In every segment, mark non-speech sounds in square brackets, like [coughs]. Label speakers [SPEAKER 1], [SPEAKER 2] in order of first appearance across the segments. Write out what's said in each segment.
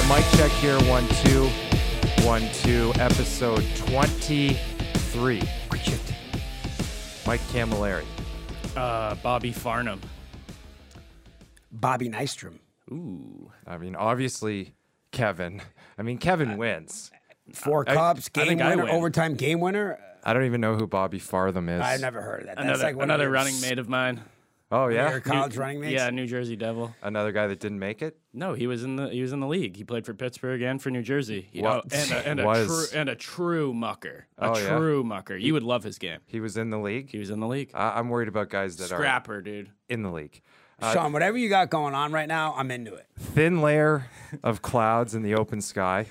[SPEAKER 1] Secure One Two One Two, episode twenty three. Mike Camilleri.
[SPEAKER 2] Uh, Bobby Farnham.
[SPEAKER 3] Bobby Nystrom.
[SPEAKER 2] Ooh.
[SPEAKER 1] I mean, obviously Kevin. I mean, Kevin wins.
[SPEAKER 3] Four
[SPEAKER 1] I-
[SPEAKER 3] cups,
[SPEAKER 2] I
[SPEAKER 3] game
[SPEAKER 2] think I
[SPEAKER 3] winner,
[SPEAKER 2] win.
[SPEAKER 3] overtime game winner.
[SPEAKER 1] I don't even know who Bobby Fartham is.
[SPEAKER 3] I've never heard of that. That's
[SPEAKER 2] Another,
[SPEAKER 3] like one
[SPEAKER 2] another
[SPEAKER 3] of
[SPEAKER 2] running mate of mine.
[SPEAKER 1] Oh yeah,
[SPEAKER 3] Your college running mates.
[SPEAKER 2] Yeah, New Jersey Devil.
[SPEAKER 1] another guy that didn't make it.
[SPEAKER 2] No, he was in the he was in the league. He played for Pittsburgh and for New Jersey. You
[SPEAKER 1] What?
[SPEAKER 2] know, and a,
[SPEAKER 1] [laughs]
[SPEAKER 2] and a true
[SPEAKER 1] Was.
[SPEAKER 2] and a true mucker. A
[SPEAKER 1] Oh, yeah?
[SPEAKER 2] true mucker. You would love his game.
[SPEAKER 1] He was in the league.
[SPEAKER 2] He was in the league.
[SPEAKER 1] I- I'm worried about guys that are
[SPEAKER 2] Scrapper, dude.
[SPEAKER 1] in the league.
[SPEAKER 3] Sean, whatever you got going on right now, I'm into it.
[SPEAKER 1] thin layer of clouds in the open sky.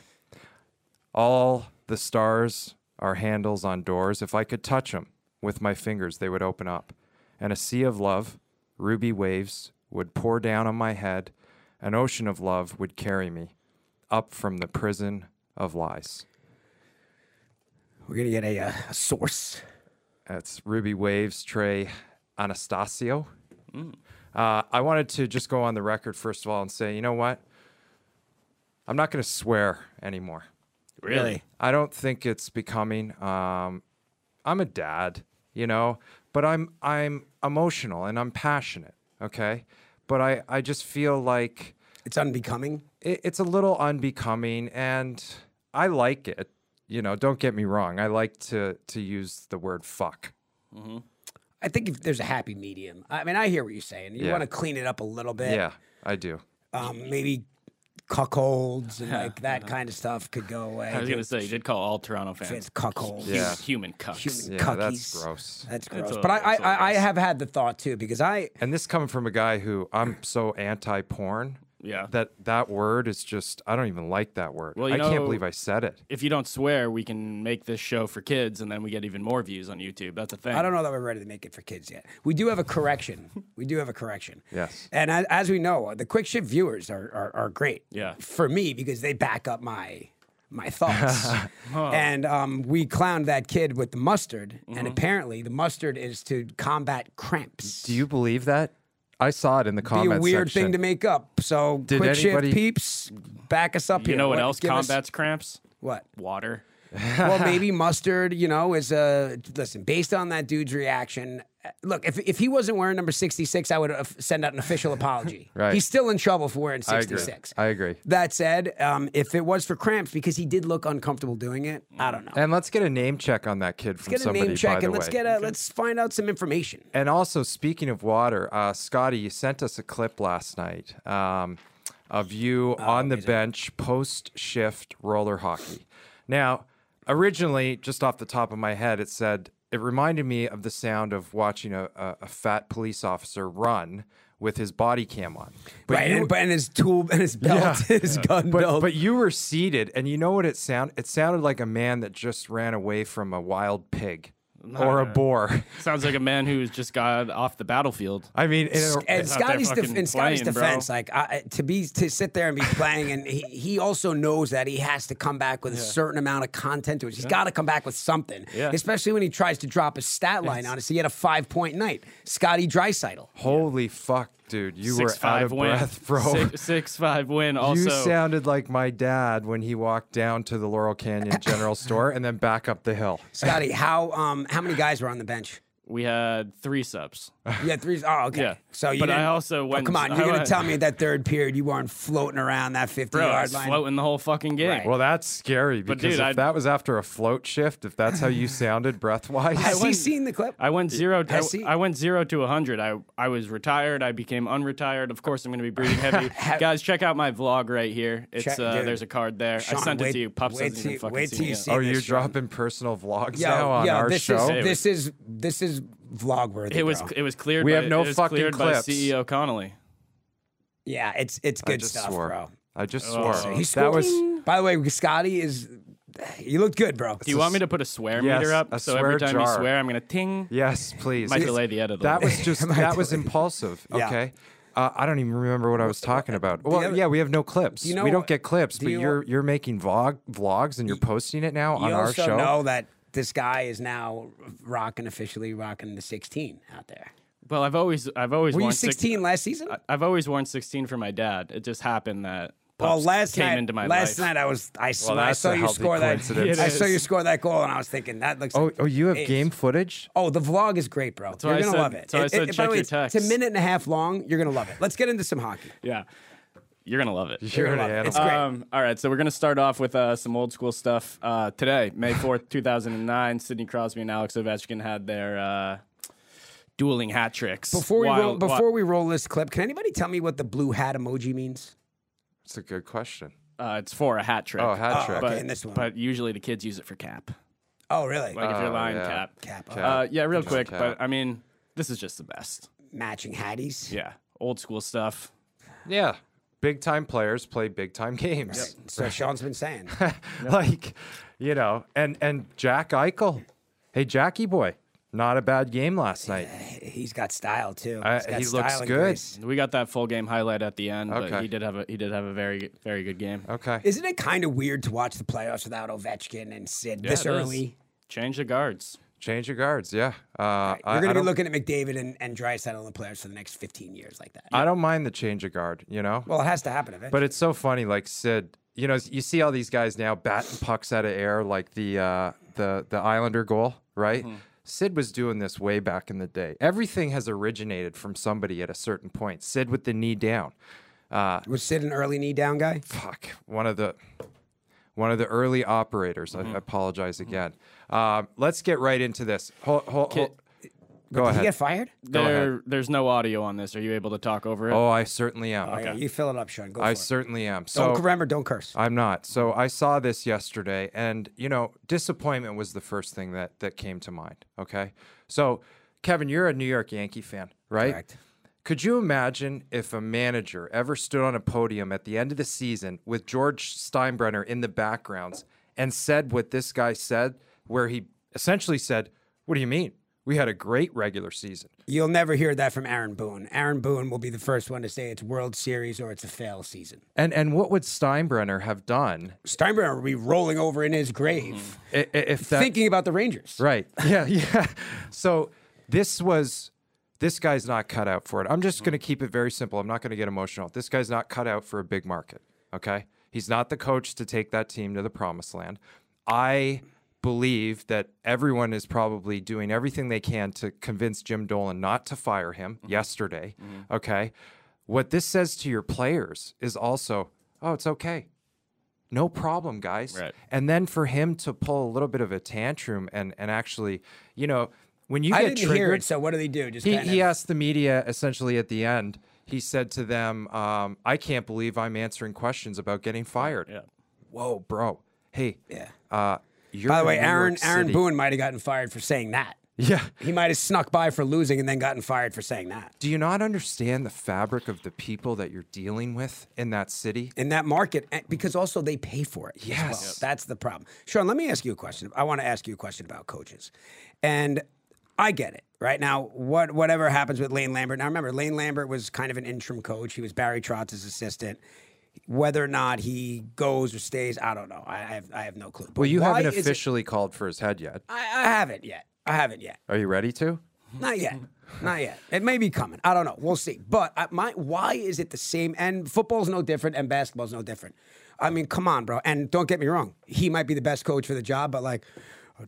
[SPEAKER 1] All the stars are handles on doors. If I could touch them with my fingers, they would open up. And a sea of love, ruby waves, would pour down on my head. An ocean of love would carry me up from the prison of lies.
[SPEAKER 3] We're gonna get a, uh, a source.
[SPEAKER 1] That's Ruby Waves, Trey Anastasio. Uh, I wanted to just go on the record, first of all, and say, you know what? I'm not going to swear anymore.
[SPEAKER 2] Really?
[SPEAKER 1] I don't think it's becoming. Um, I'm a dad, you know, but I'm I'm emotional and I'm passionate, okay? But I, I just feel like
[SPEAKER 3] It's unbecoming.
[SPEAKER 1] it, it's a little unbecoming and I like it. You know, don't get me wrong. I like to to use the word fuck.
[SPEAKER 3] I think if there's a happy medium. I mean, I hear what you're saying. You
[SPEAKER 1] Yeah.
[SPEAKER 3] want to clean it up a little bit.
[SPEAKER 1] Yeah, I do.
[SPEAKER 3] Um, maybe cuckolds and like that kind of stuff could go away.
[SPEAKER 2] I was gonna say you did call all Toronto
[SPEAKER 3] If
[SPEAKER 2] [laughs]
[SPEAKER 3] it's
[SPEAKER 2] fans
[SPEAKER 3] cuckolds.
[SPEAKER 2] human,
[SPEAKER 1] Yeah.
[SPEAKER 2] human cucks.
[SPEAKER 3] Human
[SPEAKER 1] Yeah,
[SPEAKER 3] cuckies.
[SPEAKER 1] that's gross.
[SPEAKER 3] That's gross.
[SPEAKER 2] all-
[SPEAKER 3] but I, I,
[SPEAKER 2] it's all
[SPEAKER 3] I, I
[SPEAKER 2] gross.
[SPEAKER 3] have had the thought too because I
[SPEAKER 1] And this coming from a guy who I'm so anti porn.
[SPEAKER 2] Yeah.
[SPEAKER 1] That that word is just I don't even like that word.
[SPEAKER 2] Well, you
[SPEAKER 1] I can't
[SPEAKER 2] know-
[SPEAKER 1] believe I said it.
[SPEAKER 2] If you don't swear, we can make this show for kids, and then we get even more views on YouTube. That's a thing.
[SPEAKER 3] I don't know that we're ready to make it for kids yet. We do have a correction. we do have
[SPEAKER 2] [laughs]
[SPEAKER 3] a correction.
[SPEAKER 1] Yes.
[SPEAKER 3] And as, as we know, the quick shift viewers are, are, are great.
[SPEAKER 2] Yeah.
[SPEAKER 3] For me, because they back up my my thoughts.
[SPEAKER 2] [laughs]
[SPEAKER 3] And um, we clowned that kid with the mustard,
[SPEAKER 2] Mm-hmm.
[SPEAKER 3] and apparently the mustard is to combat cramps.
[SPEAKER 1] Do you believe that? I saw it in the
[SPEAKER 3] Be
[SPEAKER 1] comments
[SPEAKER 3] a weird
[SPEAKER 1] section.
[SPEAKER 3] thing to make up. So quick
[SPEAKER 1] anybody-
[SPEAKER 3] shift peeps, back us up
[SPEAKER 2] You
[SPEAKER 3] here.
[SPEAKER 2] know what, else
[SPEAKER 3] give us-
[SPEAKER 2] combats cramps?
[SPEAKER 3] what?
[SPEAKER 2] Water.
[SPEAKER 1] [laughs]
[SPEAKER 3] well, maybe mustard, you know, is a listen. Based on that dude's reaction, uh, look, if if he wasn't wearing number sixty six, I would uh, send out an official apology.
[SPEAKER 1] [laughs] Right.
[SPEAKER 3] he's still in trouble for wearing
[SPEAKER 1] I agree.
[SPEAKER 3] sixty six.
[SPEAKER 1] I agree.
[SPEAKER 3] That said, um, if it was for cramps, because he did look uncomfortable doing it, I don't know.
[SPEAKER 1] And let's get a name check on that kid from
[SPEAKER 3] Let's get
[SPEAKER 1] Mm.
[SPEAKER 3] a
[SPEAKER 1] somebody.
[SPEAKER 3] name
[SPEAKER 1] by
[SPEAKER 3] check
[SPEAKER 1] the
[SPEAKER 3] and let's
[SPEAKER 1] way.
[SPEAKER 3] get a let's find out some information.
[SPEAKER 1] And also, speaking of water, uh, Scotty, you sent us a clip last night um, of you
[SPEAKER 3] Oh,
[SPEAKER 1] on the bench post shift roller hockey. Now, originally, just off the top of my head, it said it reminded me of the sound of watching a, a, a fat police officer run with his body cam on. But
[SPEAKER 3] right,
[SPEAKER 1] you-
[SPEAKER 3] and, but- and his tool and his belt, [laughs] his gun
[SPEAKER 1] but,
[SPEAKER 3] belt.
[SPEAKER 1] but you were seated, and you know what it sound? It sounded like a man that just ran away from a wild pig or a boar. [laughs]
[SPEAKER 2] Sounds like a man who's just got off the battlefield.
[SPEAKER 1] I mean, in a,
[SPEAKER 3] and
[SPEAKER 2] It's not that
[SPEAKER 3] Scotty's def-
[SPEAKER 2] fucking
[SPEAKER 3] in Scotty's
[SPEAKER 2] playing, bro.
[SPEAKER 3] defense, like I, I- to be to sit there and be playing, and he, he also knows that he has to come back with a certain amount of content to it. He's got to come back with something,
[SPEAKER 2] Yeah.
[SPEAKER 3] especially when he tries to drop a stat line on us. He had a five point night. Scotty Drysital.
[SPEAKER 1] Holy fuck, dude! You
[SPEAKER 2] Six
[SPEAKER 1] were out
[SPEAKER 2] five
[SPEAKER 1] of
[SPEAKER 2] win.
[SPEAKER 1] breath, bro.
[SPEAKER 2] Six, six five win. Also,
[SPEAKER 1] [laughs] you sounded like my dad when he walked down to the Laurel
[SPEAKER 2] [coughs]
[SPEAKER 1] Canyon General Store and then back up the hill.
[SPEAKER 2] [laughs]
[SPEAKER 3] Scotty, how um how many guys were on the bench?
[SPEAKER 2] we had
[SPEAKER 1] [laughs]
[SPEAKER 2] three subs.
[SPEAKER 3] You had three. Oh, okay.
[SPEAKER 2] Yeah.
[SPEAKER 3] So you
[SPEAKER 2] But I
[SPEAKER 3] didn't-
[SPEAKER 2] also
[SPEAKER 3] Oh,
[SPEAKER 2] went-
[SPEAKER 3] come on,
[SPEAKER 2] I
[SPEAKER 3] you're gonna
[SPEAKER 2] went-
[SPEAKER 3] tell me that third period you weren't floating around that fifty
[SPEAKER 2] Bro, I
[SPEAKER 3] yard
[SPEAKER 2] was
[SPEAKER 3] line.
[SPEAKER 2] floating the whole fucking game.
[SPEAKER 3] Right.
[SPEAKER 1] Well, that's scary because
[SPEAKER 2] dude,
[SPEAKER 1] if
[SPEAKER 2] I-
[SPEAKER 1] that was after a float shift, if that's how you sounded breath
[SPEAKER 3] Has
[SPEAKER 1] wise,
[SPEAKER 3] he
[SPEAKER 1] [laughs]
[SPEAKER 2] went-
[SPEAKER 3] seen the clip?
[SPEAKER 2] I went zero. I,
[SPEAKER 3] Has he-
[SPEAKER 2] I went zero to hundred. I I was retired. I became unretired. Of course, I'm going to be breathing
[SPEAKER 3] [laughs]
[SPEAKER 2] heavy. Guys, check out my vlog right here. It's
[SPEAKER 3] Check-
[SPEAKER 2] uh,
[SPEAKER 3] dude.
[SPEAKER 2] there's a card there. I
[SPEAKER 3] Sean,
[SPEAKER 2] sent it
[SPEAKER 3] wait-
[SPEAKER 2] to you. Puff
[SPEAKER 3] wait
[SPEAKER 2] doesn't
[SPEAKER 3] till
[SPEAKER 2] even
[SPEAKER 3] you-
[SPEAKER 2] fucking
[SPEAKER 3] wait till
[SPEAKER 2] see
[SPEAKER 3] you
[SPEAKER 2] it.
[SPEAKER 3] see
[SPEAKER 1] oh, you
[SPEAKER 3] this show.
[SPEAKER 1] dropping personal vlogs now on our
[SPEAKER 3] this
[SPEAKER 1] show.
[SPEAKER 3] Is, this is this is vlog worthy.
[SPEAKER 2] It was
[SPEAKER 3] bro.
[SPEAKER 2] it was cleared.
[SPEAKER 1] We
[SPEAKER 2] by,
[SPEAKER 1] have no
[SPEAKER 2] it was
[SPEAKER 1] fucking
[SPEAKER 2] cleared
[SPEAKER 1] clips.
[SPEAKER 2] by CEO Connolly.
[SPEAKER 3] yeah, it's it's
[SPEAKER 1] I
[SPEAKER 3] good
[SPEAKER 1] just
[SPEAKER 3] stuff,
[SPEAKER 1] swore.
[SPEAKER 3] bro.
[SPEAKER 1] I just swore.
[SPEAKER 2] so
[SPEAKER 3] He scored.
[SPEAKER 1] that was
[SPEAKER 3] By the way, Scotty is you looked good, bro.
[SPEAKER 2] Do you want me to put a swear
[SPEAKER 1] Yes,
[SPEAKER 2] meter up?
[SPEAKER 1] a
[SPEAKER 2] so
[SPEAKER 1] swear
[SPEAKER 2] every time
[SPEAKER 1] jar.
[SPEAKER 2] you swear, I'm going to ting.
[SPEAKER 1] yes, please.
[SPEAKER 2] Might delay the edit. a
[SPEAKER 1] That
[SPEAKER 2] little.
[SPEAKER 1] was
[SPEAKER 3] [laughs]
[SPEAKER 1] just that was impulsive.
[SPEAKER 3] Yeah.
[SPEAKER 1] Okay. Uh, I don't even remember what I was talking about. Well,
[SPEAKER 3] other-
[SPEAKER 1] yeah, we have no clips.
[SPEAKER 3] you know
[SPEAKER 1] we don't
[SPEAKER 3] what-
[SPEAKER 1] get clips,
[SPEAKER 3] do
[SPEAKER 1] but
[SPEAKER 3] you-
[SPEAKER 1] you, are you're making vlog vlogs and you're posting it now on
[SPEAKER 3] you
[SPEAKER 1] our
[SPEAKER 3] also
[SPEAKER 1] show.
[SPEAKER 3] know that this guy is now rocking officially rocking the 16 out there.
[SPEAKER 2] well, I've always I've always
[SPEAKER 3] Were you
[SPEAKER 2] worn six-
[SPEAKER 3] 16 last season?
[SPEAKER 2] I've always worn 16 for my dad. It just happened that pups
[SPEAKER 3] last
[SPEAKER 2] came
[SPEAKER 3] night,
[SPEAKER 2] into my
[SPEAKER 3] last
[SPEAKER 2] life.
[SPEAKER 3] night I was I, s-
[SPEAKER 1] Well,
[SPEAKER 3] I
[SPEAKER 1] that's
[SPEAKER 3] saw
[SPEAKER 1] a
[SPEAKER 3] you
[SPEAKER 1] healthy
[SPEAKER 3] score that
[SPEAKER 1] coincidence.
[SPEAKER 2] It
[SPEAKER 3] I saw you
[SPEAKER 2] is.
[SPEAKER 3] score that goal and I was thinking that looks
[SPEAKER 1] Oh,
[SPEAKER 3] like
[SPEAKER 1] oh, you have
[SPEAKER 3] ace.
[SPEAKER 1] game footage?
[SPEAKER 3] Oh, the vlog is great, bro.
[SPEAKER 2] why
[SPEAKER 3] you're
[SPEAKER 2] I
[SPEAKER 3] gonna
[SPEAKER 2] said-
[SPEAKER 3] love it.
[SPEAKER 2] that's why I
[SPEAKER 3] It-
[SPEAKER 2] said
[SPEAKER 3] it- by
[SPEAKER 2] check
[SPEAKER 3] the way,
[SPEAKER 2] your
[SPEAKER 3] it's,
[SPEAKER 2] text.
[SPEAKER 3] it's a minute and a half long. You're gonna love it. Let's get into some hockey.
[SPEAKER 2] Yeah. You're gonna love it.
[SPEAKER 1] You're an
[SPEAKER 3] love it.
[SPEAKER 1] animal.
[SPEAKER 3] It's great.
[SPEAKER 2] Um, all right, so we're gonna start off with uh, some old school stuff. Uh, today, May fourth, two thousand and nine, Sidney Crosby and Alex Ovechkin had their uh, dueling hat tricks.
[SPEAKER 3] Before we roll,
[SPEAKER 2] Wild- wi-
[SPEAKER 3] before we roll this clip, can anybody tell me what the blue hat emoji means?
[SPEAKER 1] It's a good question.
[SPEAKER 2] uh, it's for a hat trick.
[SPEAKER 1] Oh, hat trick.
[SPEAKER 2] but,
[SPEAKER 3] in this one.
[SPEAKER 2] but usually the kids use it for cap.
[SPEAKER 3] Oh, really?
[SPEAKER 2] Like if you're
[SPEAKER 1] Oh,
[SPEAKER 2] lying,
[SPEAKER 1] yeah.
[SPEAKER 2] cap.
[SPEAKER 3] Cap.
[SPEAKER 1] Cap.
[SPEAKER 2] Uh, yeah, real quick,
[SPEAKER 1] cap.
[SPEAKER 2] but I mean, this is just the best.
[SPEAKER 3] Matching Hatties.
[SPEAKER 2] Yeah, old school stuff.
[SPEAKER 1] Yeah. Big time players play big time [laughs] games.
[SPEAKER 3] So Sean's
[SPEAKER 1] [laughs]
[SPEAKER 3] been saying.
[SPEAKER 1] like, you know, and and Jack Eichel. Hey, Jackie boy. Not a bad game last night.
[SPEAKER 3] He's got style too.
[SPEAKER 1] Uh,
[SPEAKER 3] He's got
[SPEAKER 1] he looks
[SPEAKER 3] style and
[SPEAKER 1] good.
[SPEAKER 3] grace.
[SPEAKER 2] We got that full game highlight at the end, but
[SPEAKER 1] Okay.
[SPEAKER 2] he did have a he did have a very very good game.
[SPEAKER 1] Okay.
[SPEAKER 3] Isn't it kind of weird to watch the playoffs without Ovechkin and Sid this
[SPEAKER 2] it is.
[SPEAKER 3] early?
[SPEAKER 2] Change the guards.
[SPEAKER 1] Change your guards. Yeah. Uh, I-
[SPEAKER 3] You're
[SPEAKER 1] I
[SPEAKER 3] going to
[SPEAKER 1] don't-
[SPEAKER 3] be looking at McDavid and, and Drysdale in the playoffs for the next 15 years like that.
[SPEAKER 1] I don't mind the change of guard, you know?
[SPEAKER 3] well, it has to happen eventually.
[SPEAKER 1] But it's so funny, like Sid. You know, you see all these guys now batting pucks out of air, like the uh, the the Islander goal, right? Sid was doing this way back in the day. Everything has originated from somebody at a certain point. Sid with the knee down. Uh,
[SPEAKER 3] was Sid an early knee down guy?
[SPEAKER 1] fuck, one of the one of the early operators. I, I apologize again. Um, let's get right into this. Hol- hol- hol- Go
[SPEAKER 3] Did he
[SPEAKER 1] ahead.
[SPEAKER 3] get fired?
[SPEAKER 2] There, there's no audio on this. Are you able to talk over it?
[SPEAKER 1] Oh, I certainly am.
[SPEAKER 3] Okay. you fill it up, Sean. Go
[SPEAKER 1] I
[SPEAKER 3] for it.
[SPEAKER 1] certainly am. So
[SPEAKER 3] Don't remember, don't curse.
[SPEAKER 1] I'm not. So I saw this yesterday, and you know, disappointment was the first thing that that came to mind. Okay, so Kevin, you're a New York Yankee fan, right?
[SPEAKER 3] Correct.
[SPEAKER 1] Could you imagine if a manager ever stood on a podium at the end of the season with George Steinbrenner in the backgrounds and said what this guy said, where he essentially said, "What do you mean? We had a great regular season."
[SPEAKER 3] You'll never hear that from Aaron Boone. Aaron Boone will be the first one to say it's World Series or it's a fail season.
[SPEAKER 1] And and what would Steinbrenner have done
[SPEAKER 3] Steinbrenner will be rolling over in his grave,
[SPEAKER 1] i- i- if that
[SPEAKER 3] thinking about the Rangers.
[SPEAKER 1] Right. [laughs] Yeah. Yeah. So this was this guy's not cut out for it. I'm just going to keep it very simple. I'm not going to get emotional. This guy's not cut out for a big market. Okay. He's not the coach to take that team to the promised land. I believe that everyone is probably doing everything they can to convince Jim Dolan not to fire him yesterday. Okay. What this says to your players is also, oh, it's okay. No problem, guys.
[SPEAKER 2] Right.
[SPEAKER 1] And then for him to pull a little bit of a tantrum and and actually, you know, when you
[SPEAKER 3] I
[SPEAKER 1] get
[SPEAKER 3] didn't
[SPEAKER 1] triggered,
[SPEAKER 3] hear it, so what do they do? Just
[SPEAKER 1] he,
[SPEAKER 3] kind
[SPEAKER 1] he
[SPEAKER 3] of,
[SPEAKER 1] asked the media essentially at the end. He said to them, um, "I can't believe I'm answering questions about getting fired."
[SPEAKER 2] Yeah.
[SPEAKER 1] Whoa, bro. Hey.
[SPEAKER 3] Yeah.
[SPEAKER 1] Uh, you're
[SPEAKER 3] By the
[SPEAKER 1] in
[SPEAKER 3] way,
[SPEAKER 1] New
[SPEAKER 3] Aaron
[SPEAKER 1] York
[SPEAKER 3] Aaron
[SPEAKER 1] City.
[SPEAKER 3] Boone might have gotten fired for saying that.
[SPEAKER 1] [laughs] Yeah.
[SPEAKER 3] He might have snuck by for losing and then gotten fired for saying that.
[SPEAKER 1] Do you not understand the fabric of the people that you're dealing with in that city?
[SPEAKER 3] In that market, and- because also they pay for it. as well.
[SPEAKER 1] Yes. Yep.
[SPEAKER 3] That's the problem. Sean, let me ask you a question. I want to ask you a question about coaches. And I get it. Right now, what whatever happens with Lane Lambert. Now remember, Lane Lambert was kind of an interim coach. He was Barry Trotz's assistant. Whether or not he goes or stays, I don't know. I, I have I have no clue. But
[SPEAKER 1] Well, you
[SPEAKER 3] why
[SPEAKER 1] haven't
[SPEAKER 3] is it-
[SPEAKER 1] officially called for his head yet.
[SPEAKER 3] I, I haven't yet. I haven't yet.
[SPEAKER 1] Are you ready to?
[SPEAKER 3] Not yet. Not yet. It may be coming. I don't know. We'll see. But I, my, why is it the same? And football's no different, and basketball's no different. I mean, come on, bro. And don't get me wrong. He might be the best coach for the job, but like,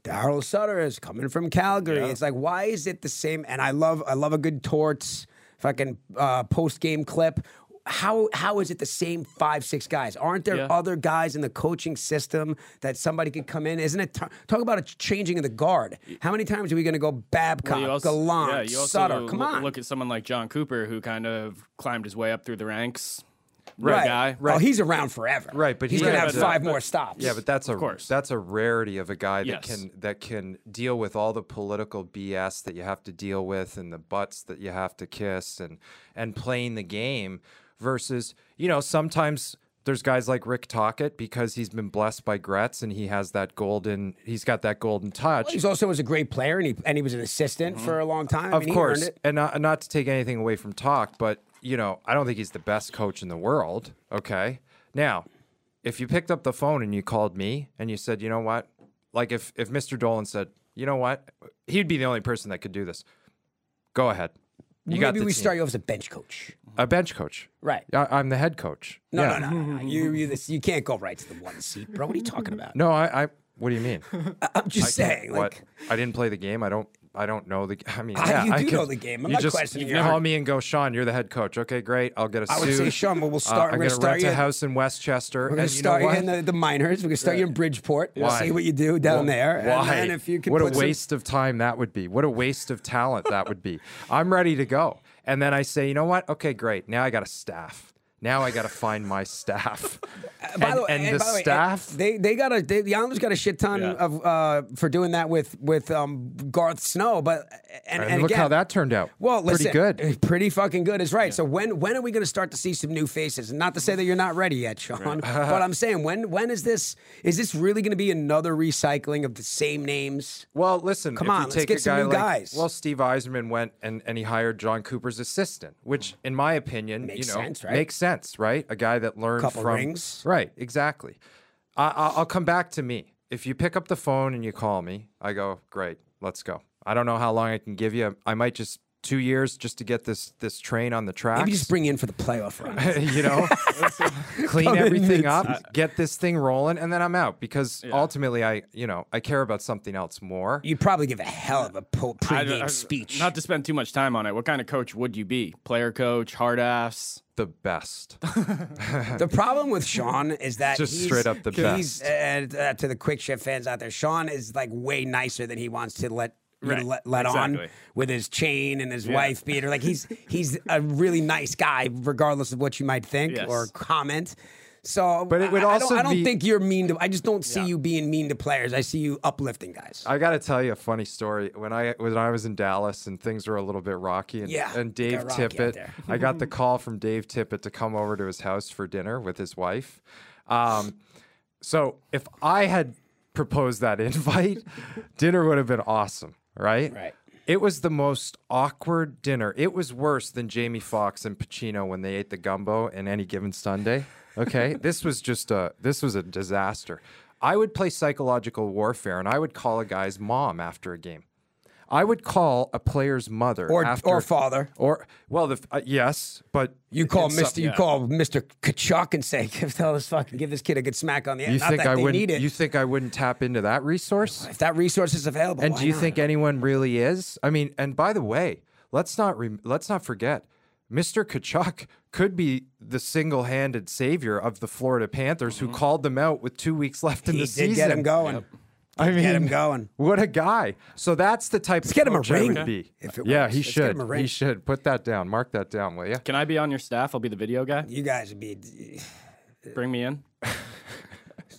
[SPEAKER 3] Daryl Sutter is coming from Calgary. It's like, why is it the same? And I love, I love a good torts fucking uh, post game clip. How how is it the same five six guys? Aren't there
[SPEAKER 2] Yeah.
[SPEAKER 3] other guys in the coaching system that somebody could come in? Isn't it t- talk about a changing of the guard? How many times are we going to go Babcock?
[SPEAKER 2] Well,
[SPEAKER 3] Cobb, Gallant,
[SPEAKER 2] yeah, you also
[SPEAKER 3] Sutter. Come
[SPEAKER 2] loo-
[SPEAKER 3] on.
[SPEAKER 2] Look at someone like John Cooper, who kind of climbed his way up through the ranks. Real
[SPEAKER 3] right.
[SPEAKER 2] guy.
[SPEAKER 3] Oh, he's around forever.
[SPEAKER 1] Right, but
[SPEAKER 3] he's
[SPEAKER 1] he
[SPEAKER 3] gonna
[SPEAKER 1] had
[SPEAKER 3] have
[SPEAKER 1] the-
[SPEAKER 3] five more stops.
[SPEAKER 1] Yeah, but that's a
[SPEAKER 2] course.
[SPEAKER 1] that's a rarity of a guy that
[SPEAKER 2] Yes.
[SPEAKER 1] can that can deal with all the political BS that you have to deal with and the butts that you have to kiss and and playing the game versus, you know, sometimes there's guys like Rick Tockett because he's been blessed by Gretz and he has that golden he's got that golden touch.
[SPEAKER 3] he's also was a great player, and he and he was an assistant
[SPEAKER 2] Mm-hmm.
[SPEAKER 3] for a long time. I mean,
[SPEAKER 1] of
[SPEAKER 3] he
[SPEAKER 1] course.
[SPEAKER 3] earned it.
[SPEAKER 1] And not, not to take anything away from talk, but you know, I don't think he's the best coach in the world. Okay. Now, if you picked up the phone and you called me and you said, you know what? Like if if Mr. Dolan said, you know what? He'd be the only person that could do this. Go ahead. You got
[SPEAKER 3] Maybe
[SPEAKER 1] the
[SPEAKER 3] we
[SPEAKER 1] team.
[SPEAKER 3] start you off as a bench coach.
[SPEAKER 1] A bench coach.
[SPEAKER 3] Right.
[SPEAKER 1] I, I'm the head coach.
[SPEAKER 3] No,
[SPEAKER 1] Yeah.
[SPEAKER 3] no, no, no, no. You, you, this, you can't go right to the one seat, bro. What are you talking
[SPEAKER 1] [laughs]
[SPEAKER 3] about?
[SPEAKER 1] No, I. I what do you
[SPEAKER 3] [laughs]
[SPEAKER 1] mean?
[SPEAKER 3] I'm just saying,
[SPEAKER 1] what?
[SPEAKER 3] like,
[SPEAKER 1] I didn't play the game. I don't. I don't know the. g- I mean,
[SPEAKER 3] Ah,
[SPEAKER 1] yeah,
[SPEAKER 3] you
[SPEAKER 1] I
[SPEAKER 3] do
[SPEAKER 1] could-
[SPEAKER 3] know the game. I'm
[SPEAKER 1] you
[SPEAKER 3] not
[SPEAKER 1] just
[SPEAKER 3] questioning
[SPEAKER 1] you
[SPEAKER 3] your-
[SPEAKER 1] call me and go, Sean. You're the head coach. Okay, great. I'll get a
[SPEAKER 3] I would
[SPEAKER 1] suit.
[SPEAKER 3] say, Sean, well, we'll
[SPEAKER 1] Uh,
[SPEAKER 3] start-
[SPEAKER 1] I'm gonna
[SPEAKER 3] we're gonna start
[SPEAKER 1] rent
[SPEAKER 3] you
[SPEAKER 1] a
[SPEAKER 3] at-
[SPEAKER 1] house in Westchester.
[SPEAKER 3] we're going
[SPEAKER 1] and
[SPEAKER 3] to
[SPEAKER 1] you know
[SPEAKER 3] start you,
[SPEAKER 1] what?
[SPEAKER 3] in the, the minors. We're going to start you in Bridgeport. We'll
[SPEAKER 1] Why?
[SPEAKER 3] see what you do down there. And
[SPEAKER 1] Why?
[SPEAKER 3] then if you can
[SPEAKER 1] what a
[SPEAKER 3] put some-
[SPEAKER 1] waste of time that would be. What a waste of talent that would
[SPEAKER 3] [laughs]
[SPEAKER 1] be. I'm ready to go. And then I say, you know what? Okay, great. Now I got a staff. Now I got to find my staff. and, and the
[SPEAKER 3] [laughs] by way,
[SPEAKER 1] staff.
[SPEAKER 3] they they got a they, the Islanders got a shit ton
[SPEAKER 2] Yeah.
[SPEAKER 3] of uh, for doing that with with um, Garth Snow, but and,
[SPEAKER 1] and
[SPEAKER 3] and
[SPEAKER 1] look
[SPEAKER 3] again,
[SPEAKER 1] how that turned out.
[SPEAKER 3] Well,
[SPEAKER 1] Pretty
[SPEAKER 3] listen,
[SPEAKER 1] good.
[SPEAKER 3] eh, pretty fucking good is right. So when when are we going to start to see some new faces? And not to say that you're not ready yet,
[SPEAKER 1] [laughs]
[SPEAKER 3] Sean, but I'm saying when when is this is this really going to be another recycling of the same names?
[SPEAKER 1] Well, listen,
[SPEAKER 3] Come
[SPEAKER 1] if
[SPEAKER 3] on,
[SPEAKER 1] you
[SPEAKER 3] let's
[SPEAKER 1] take
[SPEAKER 3] get
[SPEAKER 1] a
[SPEAKER 3] some
[SPEAKER 1] guy
[SPEAKER 3] new
[SPEAKER 1] like,
[SPEAKER 3] guys.
[SPEAKER 1] Well, Steve Eiserman went and, and he hired John Cooper's assistant, which, in my opinion,
[SPEAKER 3] Mm. Makes
[SPEAKER 1] you know,
[SPEAKER 3] sense, right?
[SPEAKER 1] makes sense, right? A guy that learned
[SPEAKER 3] Couple
[SPEAKER 1] from
[SPEAKER 3] rings.
[SPEAKER 1] right, exactly. I, I, I'll come back to me. If you pick up the phone and you call me, I go, great, let's go. I don't know how long I can give you. I might just two years just to get this this train on the track.
[SPEAKER 3] Maybe just bring in for the playoff run.
[SPEAKER 1] [laughs] you
[SPEAKER 3] [laughs]
[SPEAKER 1] know, clean
[SPEAKER 3] Come in
[SPEAKER 1] everything
[SPEAKER 3] mid-
[SPEAKER 1] up, get this thing rolling, and then I'm out because ultimately I, you know, I care about something else more.
[SPEAKER 3] You'd probably give a hell of a po-
[SPEAKER 2] I-
[SPEAKER 3] pregame
[SPEAKER 2] I-
[SPEAKER 3] speech.
[SPEAKER 2] Not to spend too much time on it. What kind of coach would you be? Player coach, hard ass.
[SPEAKER 1] the best.
[SPEAKER 3] [laughs] The problem with Sean is that
[SPEAKER 1] Just
[SPEAKER 3] he's,
[SPEAKER 1] straight up the
[SPEAKER 3] he's, uh, uh, to the quick shift fans out there. Sean is like way nicer than he wants to let. you
[SPEAKER 2] Right,
[SPEAKER 3] Let, let on
[SPEAKER 2] exactly.
[SPEAKER 3] with his chain and his wife beater. Like he's he's a really nice guy, regardless of what you might think
[SPEAKER 2] Yes.
[SPEAKER 3] or comment. So,
[SPEAKER 1] But it would
[SPEAKER 3] I- I,
[SPEAKER 1] also
[SPEAKER 3] don't, I don't
[SPEAKER 1] be-
[SPEAKER 3] think you're mean to. I just don't see
[SPEAKER 2] Yeah.
[SPEAKER 3] you being mean to players. I see you uplifting guys.
[SPEAKER 1] I got to tell you a funny story. When I when I was in Dallas and things were a little bit rocky, and,
[SPEAKER 3] Yeah,
[SPEAKER 1] and Dave
[SPEAKER 3] got rocky out
[SPEAKER 1] Tippett,
[SPEAKER 3] there.
[SPEAKER 1] I
[SPEAKER 3] [laughs]
[SPEAKER 1] got the call from Dave Tippett to come over to his house for dinner with his wife. Um, so if I had proposed that [laughs] invite, dinner would have been awesome, right?
[SPEAKER 3] Right.
[SPEAKER 1] It was the most awkward dinner. It was worse than Jamie Foxx and Pacino when they ate the gumbo in any given Sunday.
[SPEAKER 3] [laughs]
[SPEAKER 1] Okay, this was just a this was a disaster. I would play psychological warfare, and I would call a guy's mom after a game. I would call a player's mother
[SPEAKER 3] Or
[SPEAKER 1] after,
[SPEAKER 3] or father,
[SPEAKER 1] or well, the, uh, yes, but
[SPEAKER 3] you call
[SPEAKER 1] in some-
[SPEAKER 3] Mister. You call Mister. Kachuk and say, [laughs] "Give this fucking give this kid a good smack on the head."
[SPEAKER 1] You
[SPEAKER 3] Not
[SPEAKER 1] think
[SPEAKER 3] that
[SPEAKER 1] I
[SPEAKER 3] they
[SPEAKER 1] wouldn't?
[SPEAKER 3] need it.
[SPEAKER 1] You think I wouldn't tap into that resource?
[SPEAKER 3] if that resource is available,
[SPEAKER 1] And
[SPEAKER 3] why
[SPEAKER 1] do you
[SPEAKER 3] not?
[SPEAKER 1] think anyone really is? I mean, and by the way, let's not re- let's not forget, Mr. Kachuk could be the single-handed savior of the Florida Panthers, who called them out with two weeks left in
[SPEAKER 3] Mm-hmm.
[SPEAKER 1] the
[SPEAKER 3] he did
[SPEAKER 1] season.
[SPEAKER 3] get him going.
[SPEAKER 1] I mean,
[SPEAKER 3] him going.
[SPEAKER 1] What a guy! So that's the type. Let's of
[SPEAKER 3] get him a
[SPEAKER 1] coach I would
[SPEAKER 3] ring,
[SPEAKER 1] Be.
[SPEAKER 3] if it
[SPEAKER 1] yeah,
[SPEAKER 3] works.
[SPEAKER 1] he
[SPEAKER 3] Let's get
[SPEAKER 1] should.
[SPEAKER 3] him a
[SPEAKER 1] He
[SPEAKER 3] ring.
[SPEAKER 1] should put that down. Mark that down,
[SPEAKER 3] [laughs]
[SPEAKER 1] will you?
[SPEAKER 2] Can I be on your staff? I'll be the video guy.
[SPEAKER 3] You guys would be
[SPEAKER 2] Bring me in.